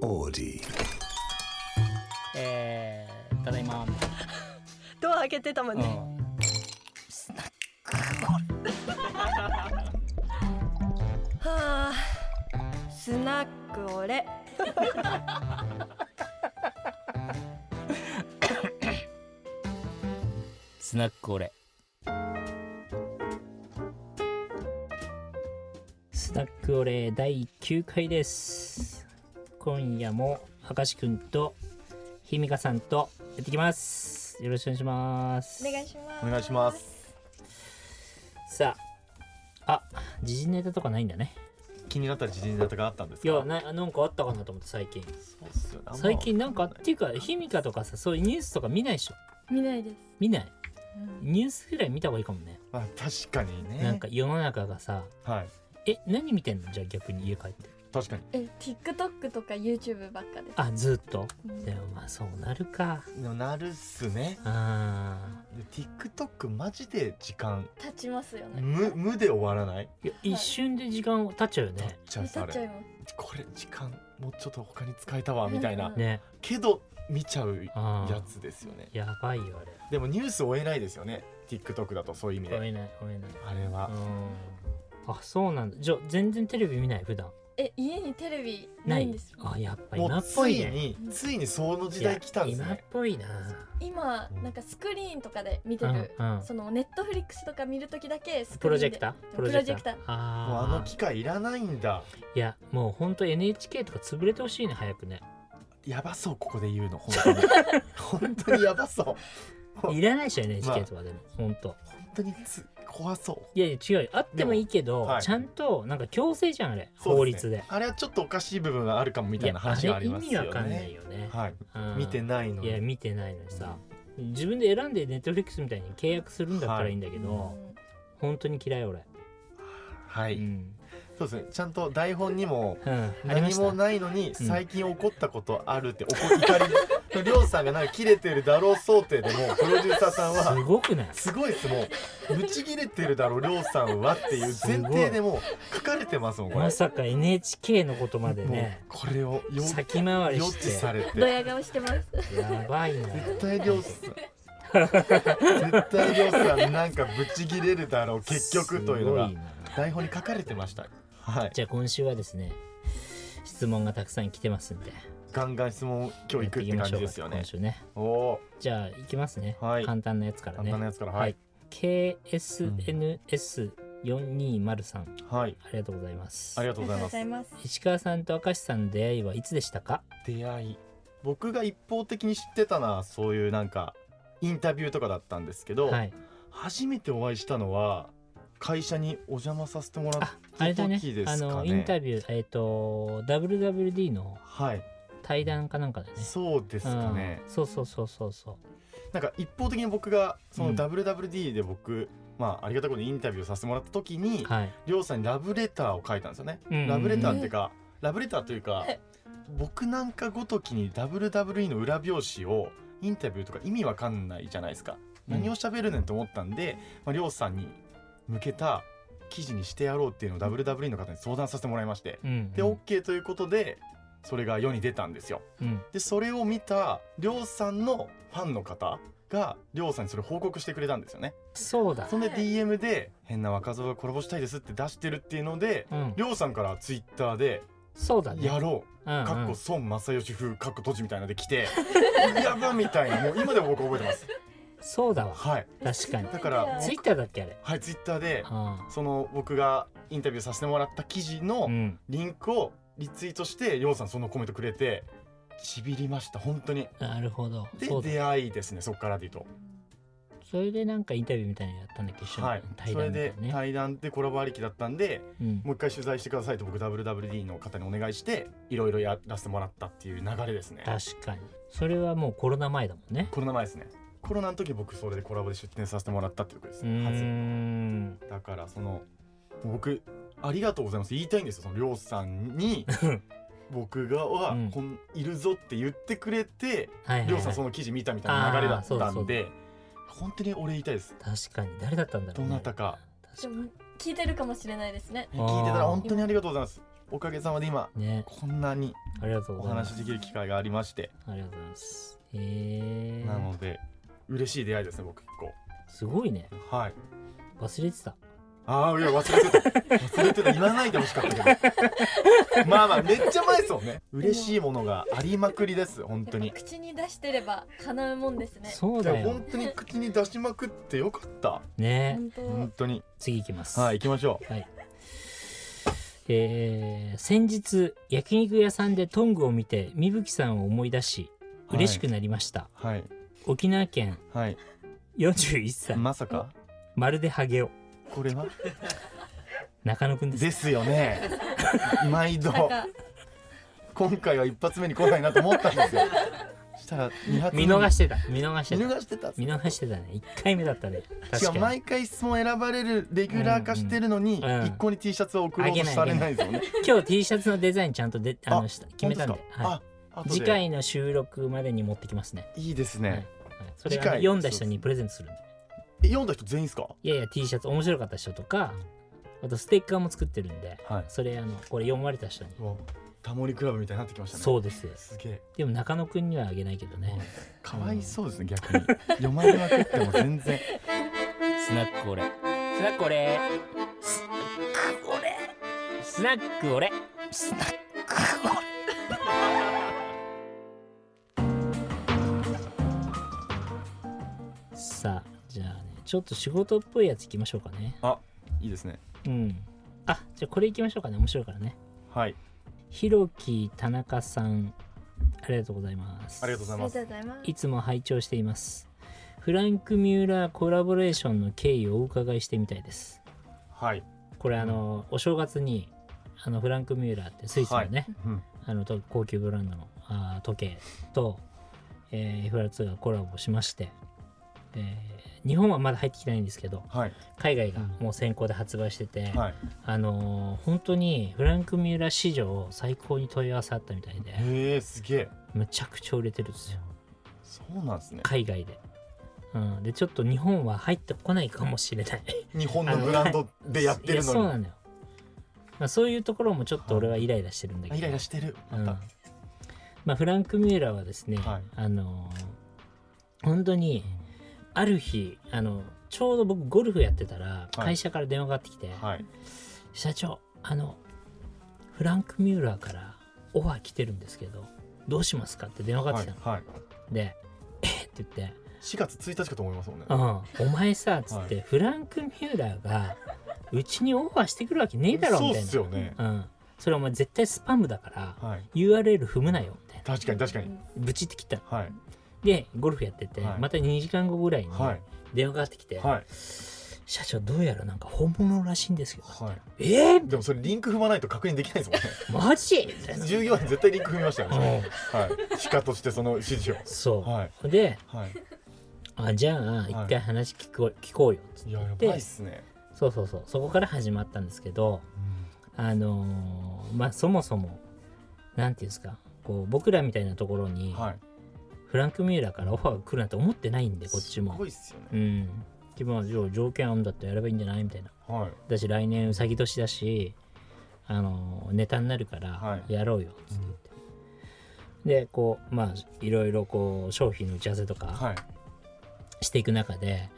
オーディえー、ただいまみたいドア開けてたもんな、うね、んはあスナックオレスナックオレスナックオレ第9回です今夜も明石くんとひみかさんとやってきますよろしくお願いしますお願いしますお願いしますさああ時事ネタとかないんだね気になった時事ネタがあったんですいかやななんかあったかなと思って最近そうっすよねあんま最近なんかっていうかひみかとかさそういうニュースとか見ないでしょ見ないです、見ないニュースぐらい見た方がいいかもねまあ確かにねなんか世の中がさはいえ何見てんのじゃあ逆に家帰って確かにえ TikTok とか YouTube ばっかですあずっとうんでもまあそうなるかでもなるっすねあで TikTok マジで時間立ちますよね無無で終わらないーいや一瞬で時間経っちゃうよねじゃあ立さっちゃいれますこれ時間もうちょっと他に使えたわみたいなうんねけど見ちゃうあやつですよねーやばいよあれでもニュース追えないですよね TikTok だとそういう意味追でえない追えないあれはうんあそうなんだじゃあ全然テレビ見ない普段え家にテレビないんですよあやっぱも今うっつぽいいねについにその時代来たんですいや今っねぽいな今なんかスクリーンとかで見てる、うんうんそのネットフリックスとか見るときだけスクプリーロジンでェクタープロジェクターあもうあーの機械いらないんだいやもうほんと NHK とか潰れてほしいね早くねやばそうここで言うの本当に 本当にやばそういらないでしょ NHK とかでも、ほんと本当につ怖そういやいや違うよあってもいいけど、でもはいちゃんとなんか強制じゃんあれそうすね法律であれはちょっとおかしい部分があるかもみたいな話がありますいやよあねれ意味わかんないよね、はいうん見てないのいやに見てないのにさ自分で選んでネットフリックスみたいに契約するんだったらいいんだけど、うん本当に嫌い俺、はういん、そうですねちゃんと台本にもうん、ありま何しもたないのに最近起こったことあるって怒怒りりょうさんがなんか切れてるだろう想定でもうプロデューサーさんはすごくないすごいですもうぶち切れて るだろりょうさんはっていう前提でもう書かれてますもんこれまさか NHK のことまでもうねこれをよ先回り予し知さてれドてヤ顔してますやばいな絶対りょうさん絶対りょうさんなんかブチギレるだろう結局というのがすごな台本に書かれてましたはいじゃあ今週はですね質問がたくさん来てますんでガンガン質問今日行くって感じですよやねっていきましょうか今週ねおおじゃあ行きますね、はい簡単なやつから簡ね単なやつからはい KSNS4203 さんあはいりがとうございますありがとうござ いますいます石川さんと明石さんの出会いはいつでしたか出会い僕が一方的に知ってたのはそういうなんかインタビューとかだったんですけど、はい初めてお会いしたのは会社にお邪魔させてもらっああれだね時ですかあねのインタビューえっ、と WWD のはい対談かなんかだよねそうですかねうん、そうそうそうそうそうなんか一方的に僕がそのうん WWD で僕、まあありがたいことにインタビューさせてもらった時に、はいりょうさんにラブレターを書いたんですよね、うんうんうんラブレターっていうか、ラブレターというかえ僕なんかごときに WWE の裏表紙をインタビューとか意味わかんないじゃないですか、うん何を喋るねんと思ったんで、まあ、りょうさんに向けた記事にしてやろうっていうのを WWE の方に相談させてもらいまして、うんうんで OK ということでそれが世に出たんですようんでそれを見たりょうさんのファンの方がりょうさんにそれ報告してくれたんですよねそうだそんではい DM で「変な若造がコラボしたいです」って出してるっていうのでうんりょうさんからツイッターでそうだ「ねやろう」うんうんかっこ孫正義風かっこ閉じみたいなので 来てやばみたいなもう今でも僕覚えてますそうだわはい確かにだからツイッターだっけあれはいツイッターであその僕がインタビューさせてもらった記事あうのんリンクをリツイートしてりょうさんそのコメントくれてちびりました本当になるほどでそうだ出会いですねそっからで言うそれでなんかインタビューみたいなのやったんだっけ一緒とに、はい対それ談みたいでなね、対談でコラボありきだったんでうん、もう一回取材してくださいと僕 WWD の方にお願いしていろいろやらせてもらったっていう流れですね確かにそれはもうコロナ前だもんねコロナ前ですねコロナの時僕それでコラボで出展させてもらったっていうことですうねーはんずだからその僕ありがとうございます言いたいんですよそのりょうさ んに僕がはうんこん、いるぞって言ってくれてはいはい、りょうはさんい、その記事見たみたいな流れだっあーそうだたそんうだで本当に俺言いたいです確かに誰だったんだろう、ね、どなたか確でかにも聞いてるかもしれないですねあー聞いてたら本当にありがとうございますおかげさまで今ねこんなにありがとうおございま話すしできる機会がありましてありがとうございますえなー、ので嬉しい出会いですね僕結すごいね構はい忘れてたああいや忘れてた忘れてた言わないでほしかったけど まあまあめっちゃ前ですもんね嬉しいものがありまくりです本当やっにぱ口に出してれば叶うもんですねそういやだよ本当に口に出しまくってよかったね本当、本当に次行きますはい行きましょうはい。えー先日焼肉屋さんでトングを見てみぶきさんを思い出しはい嬉しくなりました、はい沖縄県はい41歳、ま、まさかるでハゲオこれは中野くんですですよね 毎度なんか今回は一発目に来ないなと思ったんですよしたら二発目見に逃してた見逃して見た逃してたっす見逃してたね1回目だったねしか確もかに毎回質問選ばれるレギュラー化してるのに、うんうんうん一向に T シャツを送ろうとされないですよね今日 T シャツのデザインちゃんとであのあした決めたんで本当すかはあ後い、で次回の収録までに持ってきますね、いいですね、はいはい、それ次は回読んだ人にプレゼントするんでえ読んだ人全員ですかいやいや T シャツ面白かった人とかあとステッカーも作ってるんではいそれあのこれ読まれた人に、うわタモリクラブみたいになってきましたねそううですすげえでも中野くんにはあげないけどねかわいそうですね、逆に読まれまくっても全然スナックオレスナックオレスナックオレスナックオレスナックオレ さあじゃあねちょっと仕事っぽいやついきましょうかねいいですねうんあじゃあこれいきましょうかね面白いからねはいひろき田中さんありがとうございますありがとうござありがといますうございますいつも拝聴していますフランク・ミューラーコラボレーションの経緯をお伺いしてみたいですはい、これあの、お正月にあのフランク・ミューラーってスイスのね、うん、あのと高級ブランドのあー時計と、えー、FR2 がコラボしまして、えー日本はまだ入ってきてないんですけどはい海外がもう先行で発売してて、はいあのー本当にフランク・ミューラー市場最高に問い合わせあったみたいでへえすげえむちゃくちゃ売れてるんですよそうなんですね海外で。うん、でちょっと日本は入ってこないかもしれない。日本のブランドでやってるいやそうのなのよ、まあ、そういうところもちょっと俺はイライラしてるんだけど、にイライラしてるまうた、んまあ、フランク・ミューラーはですね、はいあのー本当にある日あのちょうど僕ゴルフやってたら会社から電話がかかってきて「はい社長あのフランク・ミューラーからオファー来てるんですけどどうしますか?」って電話がかかっはていきたの、はいで「えっ?」って言って4月1日かと思いますもんねうん、お前さっつって、フランク・ミューラーがうちにオファーしてくるわけねえだろみたいそうなっすよねうん、それお前絶対スパムだからはい URL 踏むなよみたいな確かに確かにブチって切ったのはいでゴルフやってて、はいまた2時間後ぐらいにはい電話がかかってきて、はい社長どうやらなんか本物らしいんですけど、はいえー、でもそれリンク踏まないと確認できない ですマジみたいもんねな従業員絶対リンク踏みましたよねうんはい歯科としてその指示をそう、はではいあじゃあ一回話聞こ,、う聞こうよっつっていや言やっばいてっすねそうそうそうそこから始まったんですけどあのーまあそもそもなんていうんですかこう僕らみたいなところにはいフランク・ミューラーからオファーが来るなんて思ってないんでこっちすもごいっすよねうんでまあじゃあ条件あるんだったらやればいいんじゃないみたいなはいだし来年うさぎ年だしあのーネタになるかはらいやろうよっつって言って、でこうまあいろいろこう商品の打ち合わせとかはいしていく中で、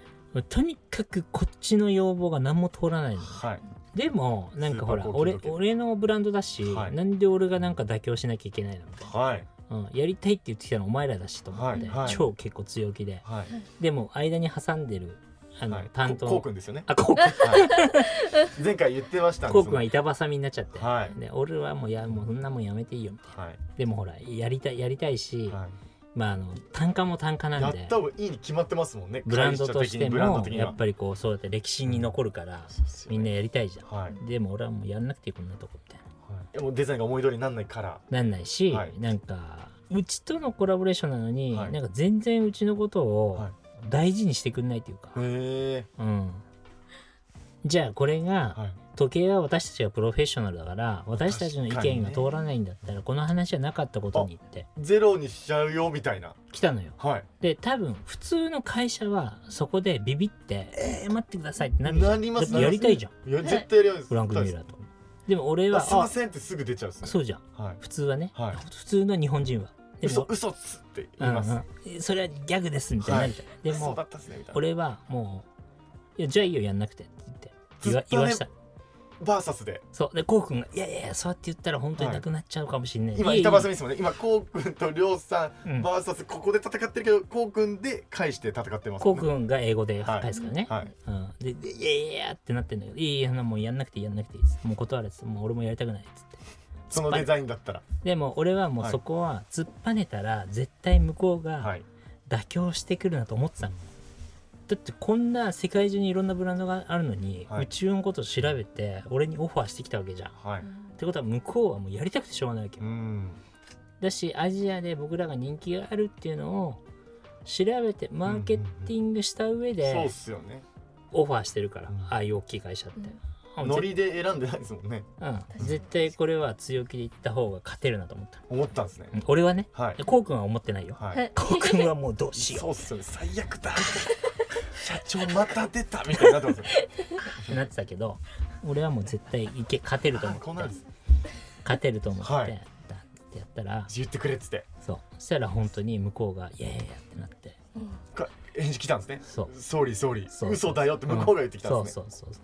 とにかくこっちの要望が何も通らないのはいでもなんかほらスーパー高級俺時計俺のブランドだし、はいなんで俺がなんか妥協しなきゃいけないのみたいはいな、うん、やりたいって言ってきたのお前らだしと思って、はいはい超結構強気ではいでも間に挟んでるあの、はい担当ここうくんです よねあこうはい前回言ってましたねこうくんは板挟みになっちゃって、はいで俺はもうやもうそんなもんやめていいよみたいなはいでもほらやりたいやりたいし、はいまああの単価も単価なやんっでた方がいいに決まってますもんねブランドとして会社的にブランドも的にやはっぱりこうそうやって歴史に残るから、そうっすよねみんなやりたいじゃん、はいでも俺はもうやんなくていいこんなとこみたいな。はいもうデザインが思い通りになんないからなんないし、はいなんかうちとのコラボレーションなのに、はいなんか全然うちのことをはい大事にしてくれないというか、へえうん、じゃあこれがはい時計は私たちがプロフェッショナルだから私たちの意見が通らないんだったらこの話はなかったことにってゼロにしちゃうよみたいな来たのよ。はいで多分普通の会社はそこでビビって「えー、待ってください」ってなるじゃんなりますだってやりたいじゃんいや絶対やりますフランク・ミューラーと。でも俺あはすいまあせんってすぐ出ちゃうっすねそうじゃんはい普通はね、はい普通の日本人はで嘘も嘘っつってう言いんます、うんそれはギャグですみたいな、はいみたいなでそうもだったっすねみたいな俺はもう「いやじゃあいいよやんなくて」って言って言わずっと言ねわしたバーサスでそうでこうくんが「いやいやいやそうやって言ったら本当になくなっちゃうかもしれない」今いえいえ板挟みですもんね今こうくんとりょうさうんんバーサスここで戦ってるけどこうくんで返して戦ってますこもうんねくんが英語ではい返すからね、はいうん、でで「いやいやいや」ってなってんだけど「いやいやそんなもうやんなくていいやんなくていいっつって」もう断れっつってもう俺もやりたくない」っつってそのデザインだったらでも俺はもうはいそこは突っぱねたら絶対向こうはがい妥協してくるなと思ってたの、だってこんな世界中にいろんなブランドがあるのに、はい宇宙のことを調べて俺にオファーしてきたわけじゃんっはいてことは向こうはもうやりたくてしょうがないわけよ、うんだしアジアで僕らが人気があるっていうのを調べてマーケティングした上そうっですよねオファーしてるから、うんああいう大きい会社って、うんノリで選んでないですもんねうん、絶対これは強気でいった方が勝てるなと思った、思ったんですねうん俺はねはいこうくんは思ってないよははいいこうくんはもうどう しようそうっすよね最悪だ 社長また出たみたいになってますよってなってたけど俺はもう絶対いけ勝てると思あこうっなてるん です勝てると思って、はいだってやったら言ってくれっつってそうそしたら本当に向こうが「いやいやいや」ってなってか返事来たんですねそうソーリーソーリそーう嘘だよって向こうが言ってきたそんうですそねうそうそう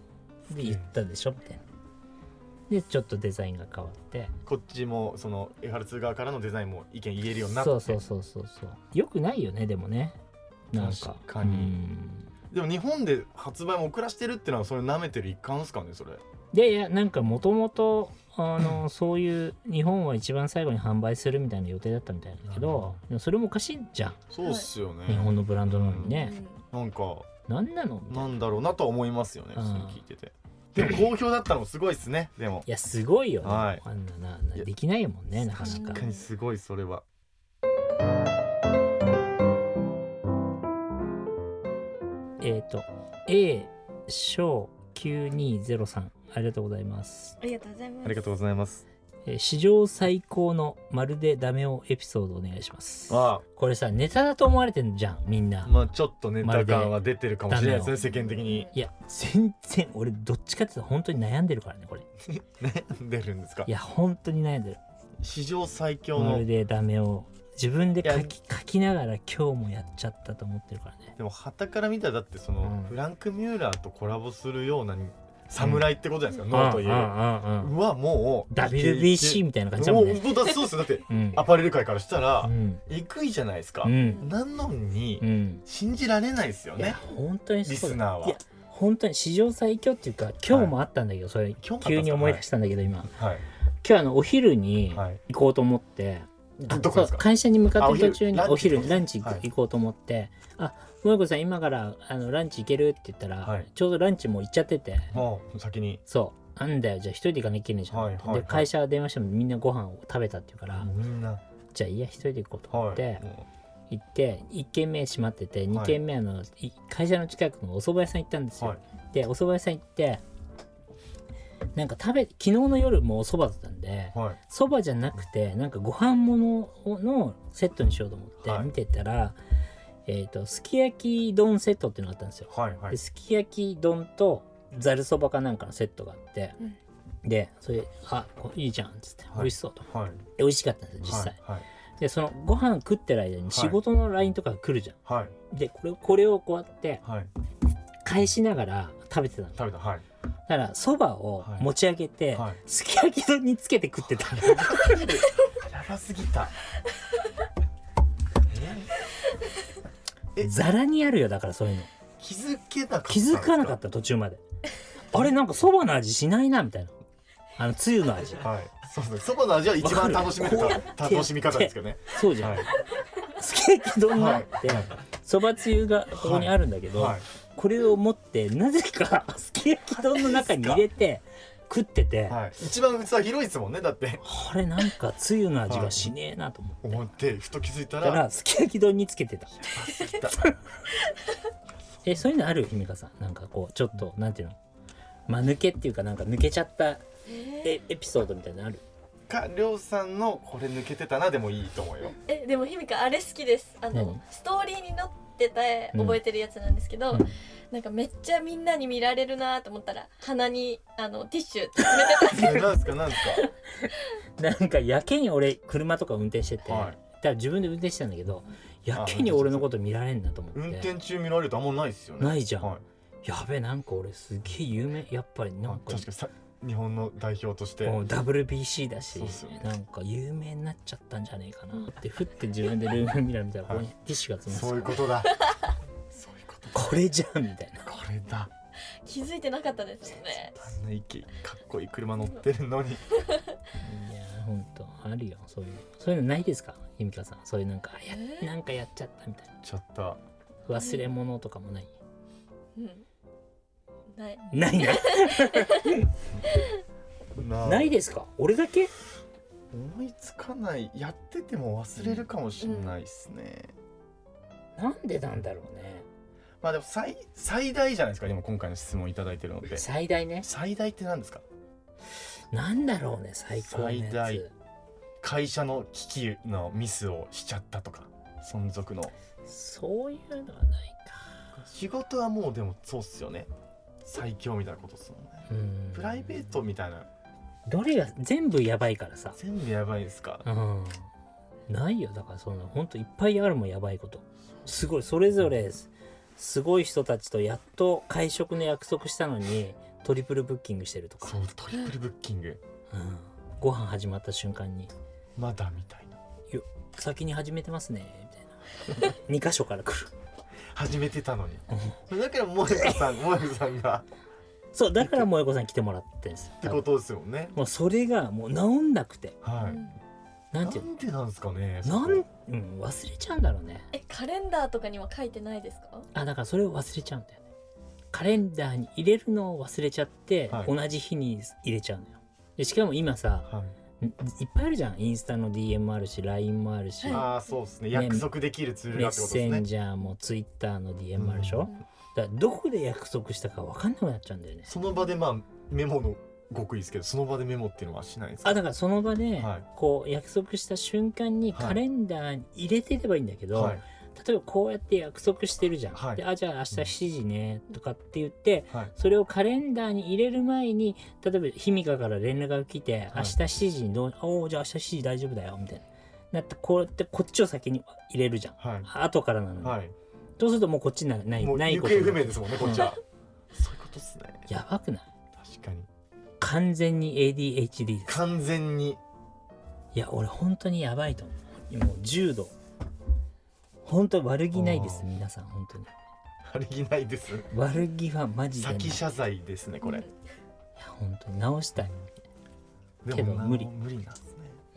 で言ったでしょみたいなでちょっとデザインが変わってこっちもその FR2 側からのデザインも意見言えるようになってそうそうそうそうそうよくないよねでもねなんか確かにうんでも日本で発売も遅らしてるってのはそれ舐めてる一環ですかねそれいやいやなんかもともとあのそういう日本は一番最後に販売するみたいな予定だったみたいだけどでもそれもおかしいじゃんそうっすよね日本のブランドなのにね、なんかなんなのみたいなないんだろうなとは思いますよねうんそれ聞いててでも好評だったのもすごいっすねでもやすごいよね、はいあんなななできないもんねなかな確かかにすごいそれはえっ、と A 小9203ありがとうございます、ありがとうございますありがとうございますえー史上最高のまるでダメをエピソードお願いしますあこれさネタだと思われてんじゃんみんな、あまあちょっとネタ感は出てるかもしれないですね世ダメ間よ的にいや全然俺どっちかっていうと本当に悩んでるからねこれ悩 んでるんですかいや本当に悩んでる史上最強まのるでダメを自分で書きい書きながら今日もやっちゃったと思ってるからねでも旗から見たらだってその、うんフランク・ミューラーとコラボするようなに侍ってことじゃないですか、ノーという、ううんうんうんわもう WBC みみたいなた感いじだもんねだそうですよだってうんアパレル界からしたうら、んえぐいじゃないですか、うんなのに、うん信じられないですよいやね本当にリそうスだナーはいや本当に史上最強っていうか今日もあったんだけどそれ今日もあったんですか急に思い出したんだけど今はい今日あのお昼にはい行こうと思ってどどこですそうか会社に向かってる途中にあおお昼昼ランチランチ行こうはい行こうと思って「あ萌子さん今からあのランチ行ける?」って言ったはらいちょうどランチもう行っちゃっててもう先にそうなんだよじゃあ一人で行かなきゃいけないじゃん、はいはいはいで会社電話してもみんなご飯を食べたって言うから、もうみんなじゃあいいや一人で行こうと思はっいて、も行って1軒目閉まってて2軒目あの、い会社の近くのお蕎麦屋さん行ったんですうよ、はいでお蕎麦屋さん行ってなんか食べ昨日の夜もお蕎麦だったんではい蕎麦じゃなくてなんかご飯物のセットにしようと思ってはい見てたら、えっ、とすき焼き丼セットっていうのがあったんですよはいはでいすき焼き丼とざるそばかなんかのセットがあって、うんでそれあこいいじゃんっつって、はい美味しそうとはいで美味しかったんですよ実際、はいでそのご飯食ってる間に仕事の LINE とかが来るじゃん、はいでこれこれをこうやってはい返しながら食べてたのだ食べたはいからそばを持ち上げて、はいすき焼き丼につけて食ってたやばすぎた ええざらにあるよだからそういうの気づけなかったんです気づかなかったた途中まであれなんかそばの味しないなみたいなあのつゆの味はい、そうですね。そこの味は一番楽しめるわかるこうやって楽しみ方ですけどね。そうじゃん、はい、すき焼き丼があって、はそばつゆがここにあるんだけど、はい、これを持ってなぜかすき焼き丼の中に入れて食ってて、はい、一番器広いですもんね。だってこれなんかつゆの味がしねえなと思って、思ってふと気づいた、だかららすき焼き丼につけてたえそういうのあるひめかさんなんかこうちょっとなんていうの間抜けっていうかなんか抜けちゃったえーエエピソードみたいなのあるかりょうさんのこれ抜けてたなでもいいと思う よ。えでもひみかあれ好きですあの何ストーリーに載っててうん覚えてるやつなんですけど、うんなんかめっちゃみんなに見られるなと思ったら鼻にあのティッシュ詰めてたなんですかなんですなんかやけに俺車とか運転してて、か。はい。だから自分で運転してたんだけどやけに俺のこと見られんなと思って運転中見られるとあんまないですよね。ないじゃんはい。やべなんか俺すげえ有名やっぱりなんあか確かにさ日本の代表として。もう WBC だし、そうっすよねなんか有名になっちゃったんじゃねえかなってふって自分でルームミラー見たらここにはティッシュが詰まっそういてうたこと だ。そういうことだ。これじゃんみたいなこれだ。気づいてなかったですよねあんな息かっこいい車乗ってるのに。いやーほんとあるよそういうそういうのないですかゆみかさんそういうなんかやえーなんかやっちゃったみたいなちょっと忘れ物とかもないうんないないななないですか俺だけ思いつかないやってても忘れるかもしれないですね。なんでなんだろうねまあでも最最大じゃないですか。でも今回の質問いただいてるので。最大ね最大って何ですか。なんだろうね最高のや最大つ会社の危機のミスをしちゃったとか存続のそういうのはないか仕事はもうでもそうっすよね最強みたいなことっすもんねうんプライベートみたいなどれが全部やばいからさ全部やばいですかうんないよだからそんなほんといっぱいあるもんやばいことすごいそれぞれすすごい人たちとやっと会食の約束したのにトリプルブッキングしてるとかそうトリプルブッキングうん、ご飯始まった瞬間にまだみたいな「先に始めてますね」みたいな2箇所から来る、始めてた のにうんだから萌歌さん萌歌さんがそうだから萌子さん来てもらってんですよ ってことですよねもうそれがもう治んなくてはういんななんていうんでなんですかねなそん、うこん、忘れちゃうんだろうねえカレンダーとかには書いてないですかあだからそれを忘れちゃうんだよねカレンダーに入れるのを忘れちゃって、はい同じ日に入れちゃうのよでしかも今さはいんいっぱいあるじゃんインスタの DM もあるし LINE もあるし、はいああそうですねね約束できるツールメだッってことセですンねジャーも Twitter の DM もあるでしょ、うんだからどこで約束したか分かんなくなっちゃうんだよねその場でまあメモの極意ですけどその場でメモっていうのはしないですかあだからその場で、はいこう約束した瞬間にはいカレンダーに入れてればいいんだけど、はい例えばこうやって約束してるじゃん、はいであじゃあ明日7時ねとかって言ってはいそれをカレンダーに入れる前に例えばひみかから連絡が来て、明日7時にどうおーじゃあ明日7時大丈夫だよみたいななってこうやってこっちを先に入れるじゃんはい後からなのに、はいそうするともうこっちなないもうない行こ方とに不明ですもんねこっちはそういうことっすねやばくない確かに完全に ADHD です完全にいや俺本当にやばいと思うもう重度本当悪気ないですあー皆さん本当にありきないです悪気はマジでない先いや謝罪ですねこれ本当に直したい、けでどもな無理無理なんですね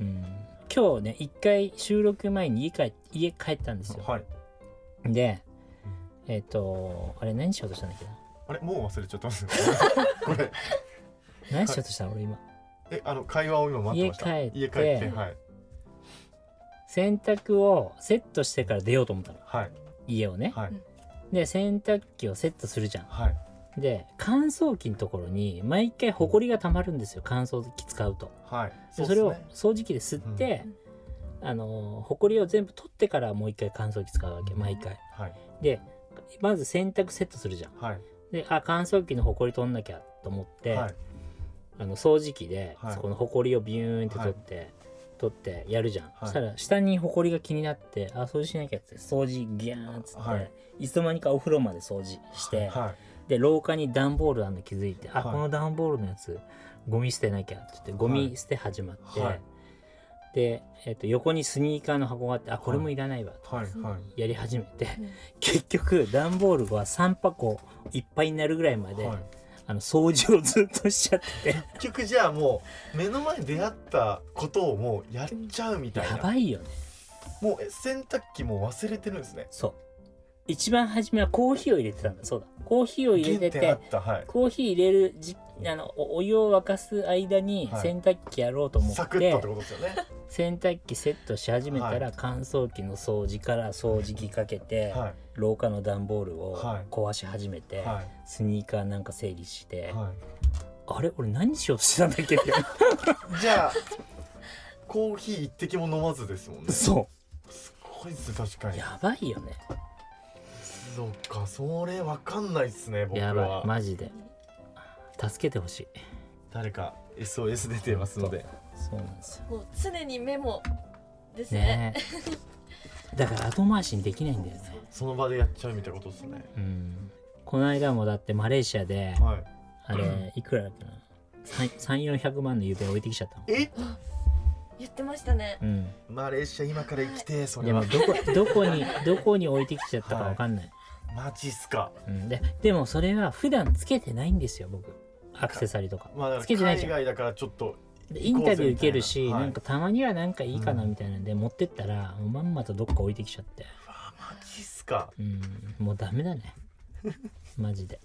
うん、今日ね一回収録前に家帰家帰ったんですよはいでえっ、とあれ何しようとしたんだっけなあれもう忘れちゃってますねこれ何しようとしたの、俺今えあの会話を今待ってました家帰って家帰ってはい洗濯をセットしてから出ようと思ったのはい家をね、はいで洗濯機をセットするじゃんはいで乾燥機のところに毎回ホコリがたまるんですよ乾燥機使うとはいでうっそすれねを掃除機で吸って、あのーほこりを全部取ってからもう一回乾燥機使うわけ毎回はいでまず洗濯セットするじゃんはいであ乾燥機のほこり取んなきゃと思って、はいあの掃除機で、はいそこのほこりをビューンって取って、取ってやるじゃん、いそしたら下にほこりが気になってあ掃除しなきゃっつって掃除ギャーンっつって、はいい、つの間にかお風呂まで掃除して、はいで廊下に段ボールあるの気づいて、あはいこの段ボールのやつゴミ捨てなきゃって言ってゴミ捨て始まって、はいで、えっと横にスニーカーの箱があってあこれもいらないわとはいはいやり始めて、 うん結局段ボールは3箱いっぱいになるぐらいまで、はいあの掃除をずっとしちゃってて結局じゃあもう目の前に出会ったことをもうやっちゃうみたいやなばいよねもうえ洗濯機もう忘れてるんですねそう一番初めはコーヒーを入れてたんだそうだコーヒーを入れて原て点あったはいコーヒー入れるじあのおお湯を沸かす間にはい洗濯機やろうと思って、サクッとってことですよね洗濯機セットし始めたはら乾燥機の掃除から掃除機かけて、は廊下の段ボールをはい壊し始めて、いはスニーカーなんか整理して、いはいあれ俺何しようとしてたんだっけって じゃあコーヒー一滴も飲まずですもんね。すそごいです確かうに。やばいよねそっかそれわかんないっすね僕やばはいマジで助けてほしい誰か SOS 出てますのでそうなんですよもう常にメモですねね えだから後回しにできないんだよねその場でやっちゃうみたいなことですねうんこの間もだってマレーシアではいあれいくらだっけな3400万の指輪置いてきちゃったのえ言ってましたねうんマレーシア今から行きてえそでれもはどこどこにどこに置いてきちゃったかわかんない、マジっすかうん、ででもそれは普段つけてないんですよ僕アクセサリーとか,、まあだつかけてならいじ海ゃん外だからちょっとでイ行ンこうぜタビュー受けるしみな,、たいなんかたまにはなんかいいかなうんみたいなんで持ってったら、まんまとどっか置いてきちゃって、マジっすかうん、もうダメだねマジで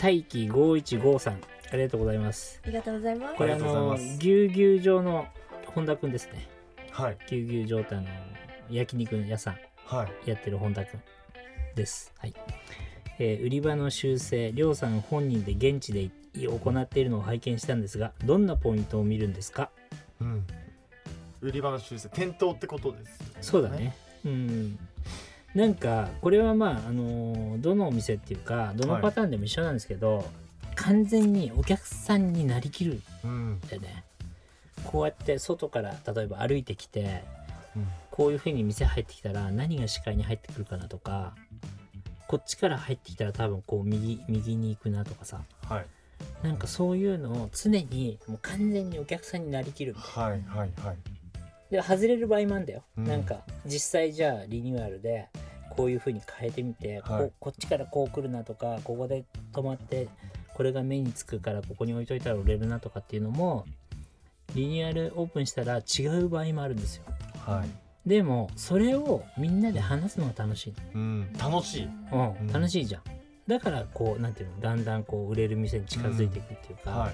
大輝515さんありがとうございますありがとうございますこれあありがとうごのざいますぎゅうぎゅう状の本田くんですねはいぎゅうぎゅう状態の焼肉屋さんはいやってる本田くんです。はい。えー売り場の修正、りょうさん本人で現地で行っているのを拝見したんですが、どんなポイントを見るんですかうん売り場の修正店頭ってことですそうだね。うん。なんか、これはまあ、あのーどのお店っていうか、どのパターンでも一緒なんですけど、完全にお客さんになりきるんうんだよね。こうやって外から例えば歩いてきて、うんこういう風に店入ってきたら何が視界に入ってくるかなとかこっちから入ってきたら多分こう右右に行くなとかさはいなんかそういうのを常にもう完全にお客さんになりきるはいはいはいで外れる場合もあるんだよ、うんなんか実際じゃあリニューアルでこういう風に変えてみて、はいここっちからこう来るなとかここで止まってこれが目につくからここに置いといたら売れるなとかっていうのもリニューアルオープンしたら違う場合もあるんですよはいでもそれをみんなで話すのが楽しいうん楽しいの、う、うんん楽しいじゃんだからこうなんていうのだんだんこう売れる店に近づいていくっていうか、は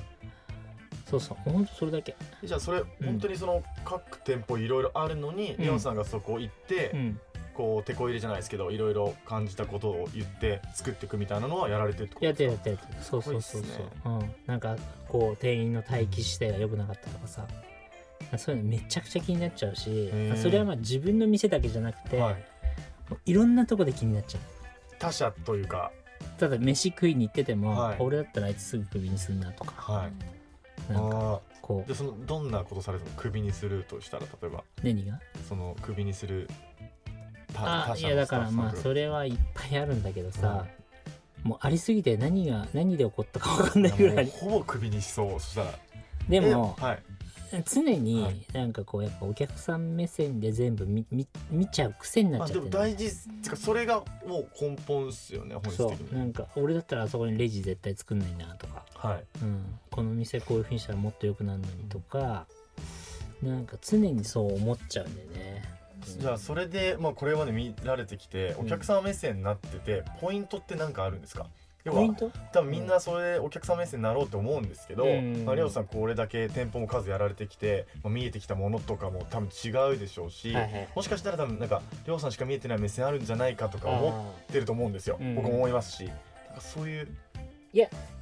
そうそうほんとそれだけいじゃあそれ本当にその各店舗いろいろあるのにうんレオンさんがそこ行ってうんこう手こ入れじゃないですけどいろいろ感じたことを言って作っていくみたいなのはやられてるってことやでっすかてるやってるやってるそうそうそうかっそうこいいっうん、なんかこう店員の待機姿勢が良くなかったとかさそういうのめちゃくちゃ気になっちゃうしーそれはまあ自分の店だけじゃなくて、、はいい、ろんなとこで気になっちゃう他者というか、ただ飯食いに行ってても、はい俺だったらあいつすぐクビにするなとかはい、なんかあこーうでそのどんなことされてもクビにするとしたら例えば何がそのクビにするあいやだからまあそれれはいっぱいあるんだけどさ、もうありすぎて何が何で起こったか分かんないぐらいほぼクビにしそうそしたらでもえはい常はにいなんかこうやっぱお客さん目線で全部見見見ちゃう癖になまっあちでゃってもる大事っすてかそれがもう根本っすよね本質そ的うなにんか俺だったらあそこにレジ絶対作んないなとか、はいうん、この店こういうふうにしたらもっと良くなるのにとかなんか常にそう思っちゃうんだよね、うんじゃあそれで、まあ、これまで見られてきてんお客さん目線になってて、ポイントって何かあるんですか要ポインはト多分みんなそれでお客さん目線になろうと思うんですけど、うんまあ、レオさんこれだけ店舗も数やられてきて、まあ、見えてきたものとかも多分違うでしょうし、はいはいもしかしたら多分なんかレオさんしか見えてない目線あるんじゃないかとか思あーってると思うんですよ、うん僕も思いますしなんかそういう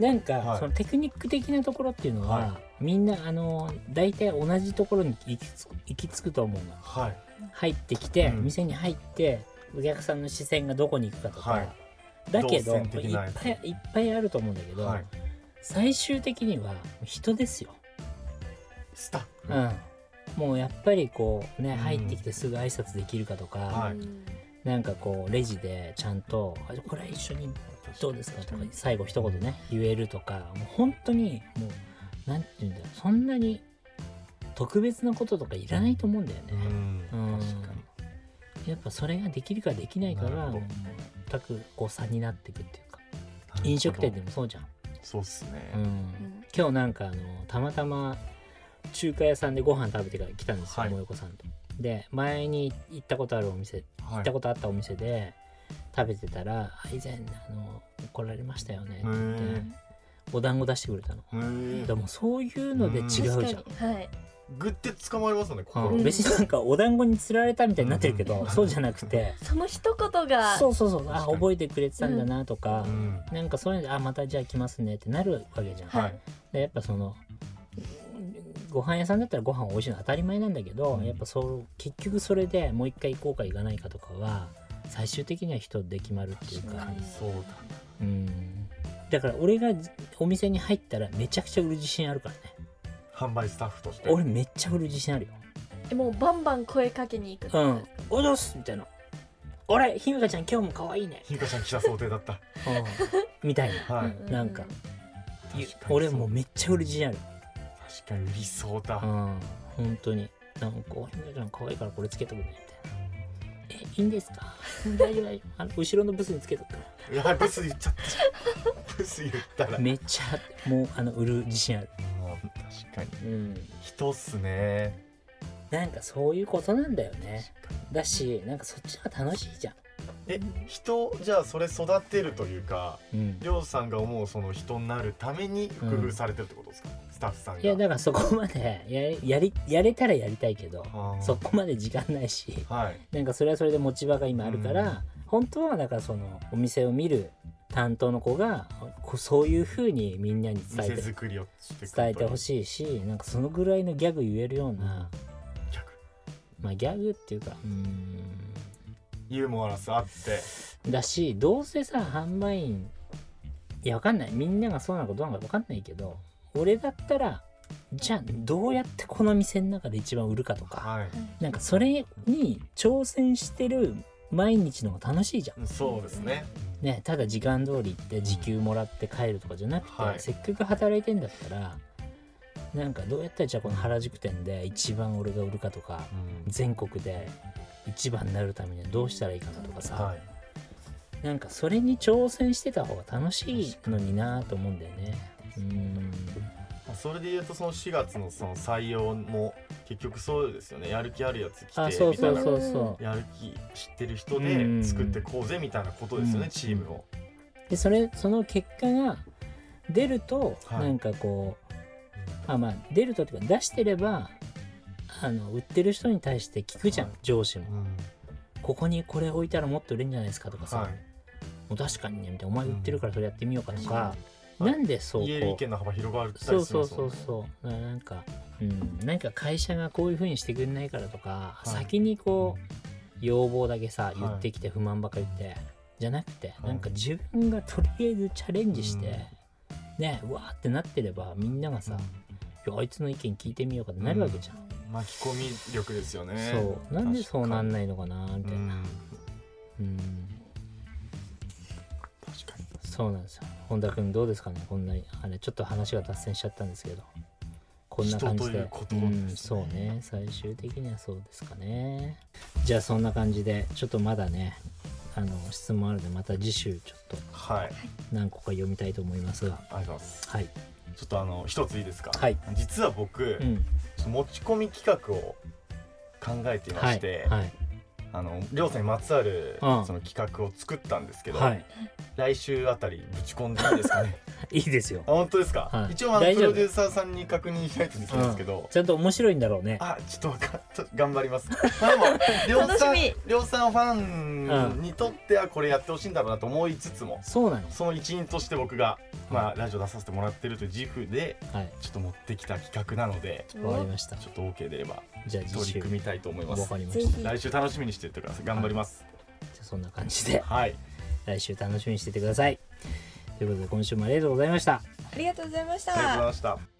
なんか、はいそのテクニック的なところっていうのは、はみんなあの大体同じところに行き着く行き着くと思うのはい入ってきて、うん店に入ってお客さんの視線がどこに行くかとか、はいだけど動いっ線的なやつぱいいっぱいあると思うんだけど、はい最終的には人ですよ、スタッフ、うん、もうやっぱりこうねん入ってきてすぐ挨拶できるかとか、はういんなんかこうレジでちゃんと「あこれ一緒にどうですか?」とか最後一言ね言えるとかもう本当にもうなんて言うんだろうそんなに特別なこととかいらないと思うんだようね。んうん確かにやっぱそれができるかできないかながるほど全くこう差になっていくっていうか飲食店でもそうじゃん。そうっすね、うん今日なんかあのたまたま中華屋さんでご飯食べてから来たんですよ、はいもよこさんと。で前に行ったことあるお店行はったことあったお店で食べてたら「あ以前あの怒られましたよね」って言ってへお団子出してくれたの。へーでもそういうので違うじゃ確かんに。はいグって捕まりますよね心、うんうん別になんかお団子に釣られたみたいになってるけど、うんそうじゃなくてその一言がそうそうそうあ確かに覚えてくれてたんだなとか、うんなんかそういうのであまたじゃあ来ますねってなるわけじゃん。はいでやっぱそのご飯屋さんだったらご飯美味しいの当たり前なんだけど、うんやっぱそう結局それでもう一回行こうか行かないかとかは最終的には人で決まるっていうか確かにそうだうんだから俺がお店に入ったらめちゃくちゃ売る自信あるからね販売スタッフとして俺めっちゃ売る自信あるよえもうバンバン声かけに行くうん「おどっす」みたいな「俺ひみかちゃん今日も可愛いねひんかちゃん来た想定だった」みたいなはい、うなんかゆ確かにそう俺もうめっちゃ売る自信ある確かに売りそうだ、うん本当になんか「おひみかちゃん可愛いからこれつけとくね」みたいな「えいいんですかうん 大丈夫大丈夫あの後ろのブスにつけとくからやばいブス言っちゃったブス言ったら、」めっちゃもうあの売る自信あるもう確かにうん人っすねなんかそういうことなんだよねだしなんかそっちが楽しいじゃんえ人じゃあそれ育てるというかうんりょうさんが思うその人になるために工夫されてるってことですか、スタッフさんがいやだからそこまでやりやりやれたらやりたいけどあーそこまで時間ないしはいなんかそれはそれで持ち場が今あるから、うん本当はだからそのお店を見る担当の子がこそういう風にみんなに伝え店て作りをして伝えてほいしいしなんかそのぐらいのギャグ言えるような、逆まあギャグっていうかうんユーモアラスあってだしどうせさ販売員いやわかんないみんながそうなのかどうなのかわかんないけど俺だったらじゃあどうやってこの店の中で一番売るかとかはいなんかそれに挑戦してる毎日の方が楽しいじゃん。うんそうですねね、ただ時間通り行って時給もらって帰るとかじゃなくて、はいせっかく働いてんだったらなんかどうやったらじゃあこの原宿店で一番俺が売るかとかうん全国で一番になるためにはどうしたらいいかなとかさ、はいなんかそれに挑戦してた方が楽しいのになぁと思うんだよね。うんそれで言うとその4月のその採用も結局そうですよねやる気あるやつ来あてそうみたそいうなそうそやる気知ってる人うんで作ってこうぜみたいなことですよね、うんチームをう。でそれその結果が出ると、はいなんかこうあまあ出るとっていうか出してればあの売ってる人に対して聞くじゃん、はい上司も。うんここにこれ置いたらもっと売れるんじゃないですかとかさ、はいもう確かにねみたいなお前売ってるからそれやってみようかとか、うんなんでそうこう言える意見の幅広がったりするそんうですそもうんそうねそうなんか、うん、なんか会社がこういう風にしてくれないからとか、はい先にこう要望だけさい言ってきて不満ばっか言って、じゃなくて、いなんか自分がとりあえずチャレンジして、ねうわーってなってればみんながさ、いやあいつの意見聞いてみようかってなるわけじゃん、巻き込み力ですよねそうなんでそうなんいないのかなみたいなうん確かにそうなんですよ本田君どうですかねこんなあれちょっと話が脱線しちゃったんですけどこんな感じ人といでうことですねん、そうね最終的にはそうですかねじゃあそんな感じでちょっとまだねあの質問あるのでまた次週ちょっとはいあり何個か読みたいと思いますががとうございますはいちょっとあの一ついいですかはい実は僕、うん持ち込み企画を考えていまはいして、はいあのりょうさんにまつわるそうんの企画を作ったんですけど、はい来週あたりぶち込んでいいです かねいいですよあ本当ですか、はい一応あの大プ丈夫ロデューサーさんに確認しないとできないんですけど、ちゃんと面白いんだろうねあちょっとわかちょっと頑張ります。まあでもりょうさん楽しりょうさんファンにとってはこれやってほしいんだろうなと思いつつも、そうなのその一員として僕がまあラジオ出させてもらってるという自負ではいちょっと持ってきた企画なので、うんわかりましたちょっと OK でればじゃあ取次り週組みたいと思いまわすか。りまぜしたじひ来週楽しみにしててください。頑張ります。ゃあそんな感じではい。来週楽しみにしててくださいということで今週もありがとうございましたありがとうございましありがとうござたいました。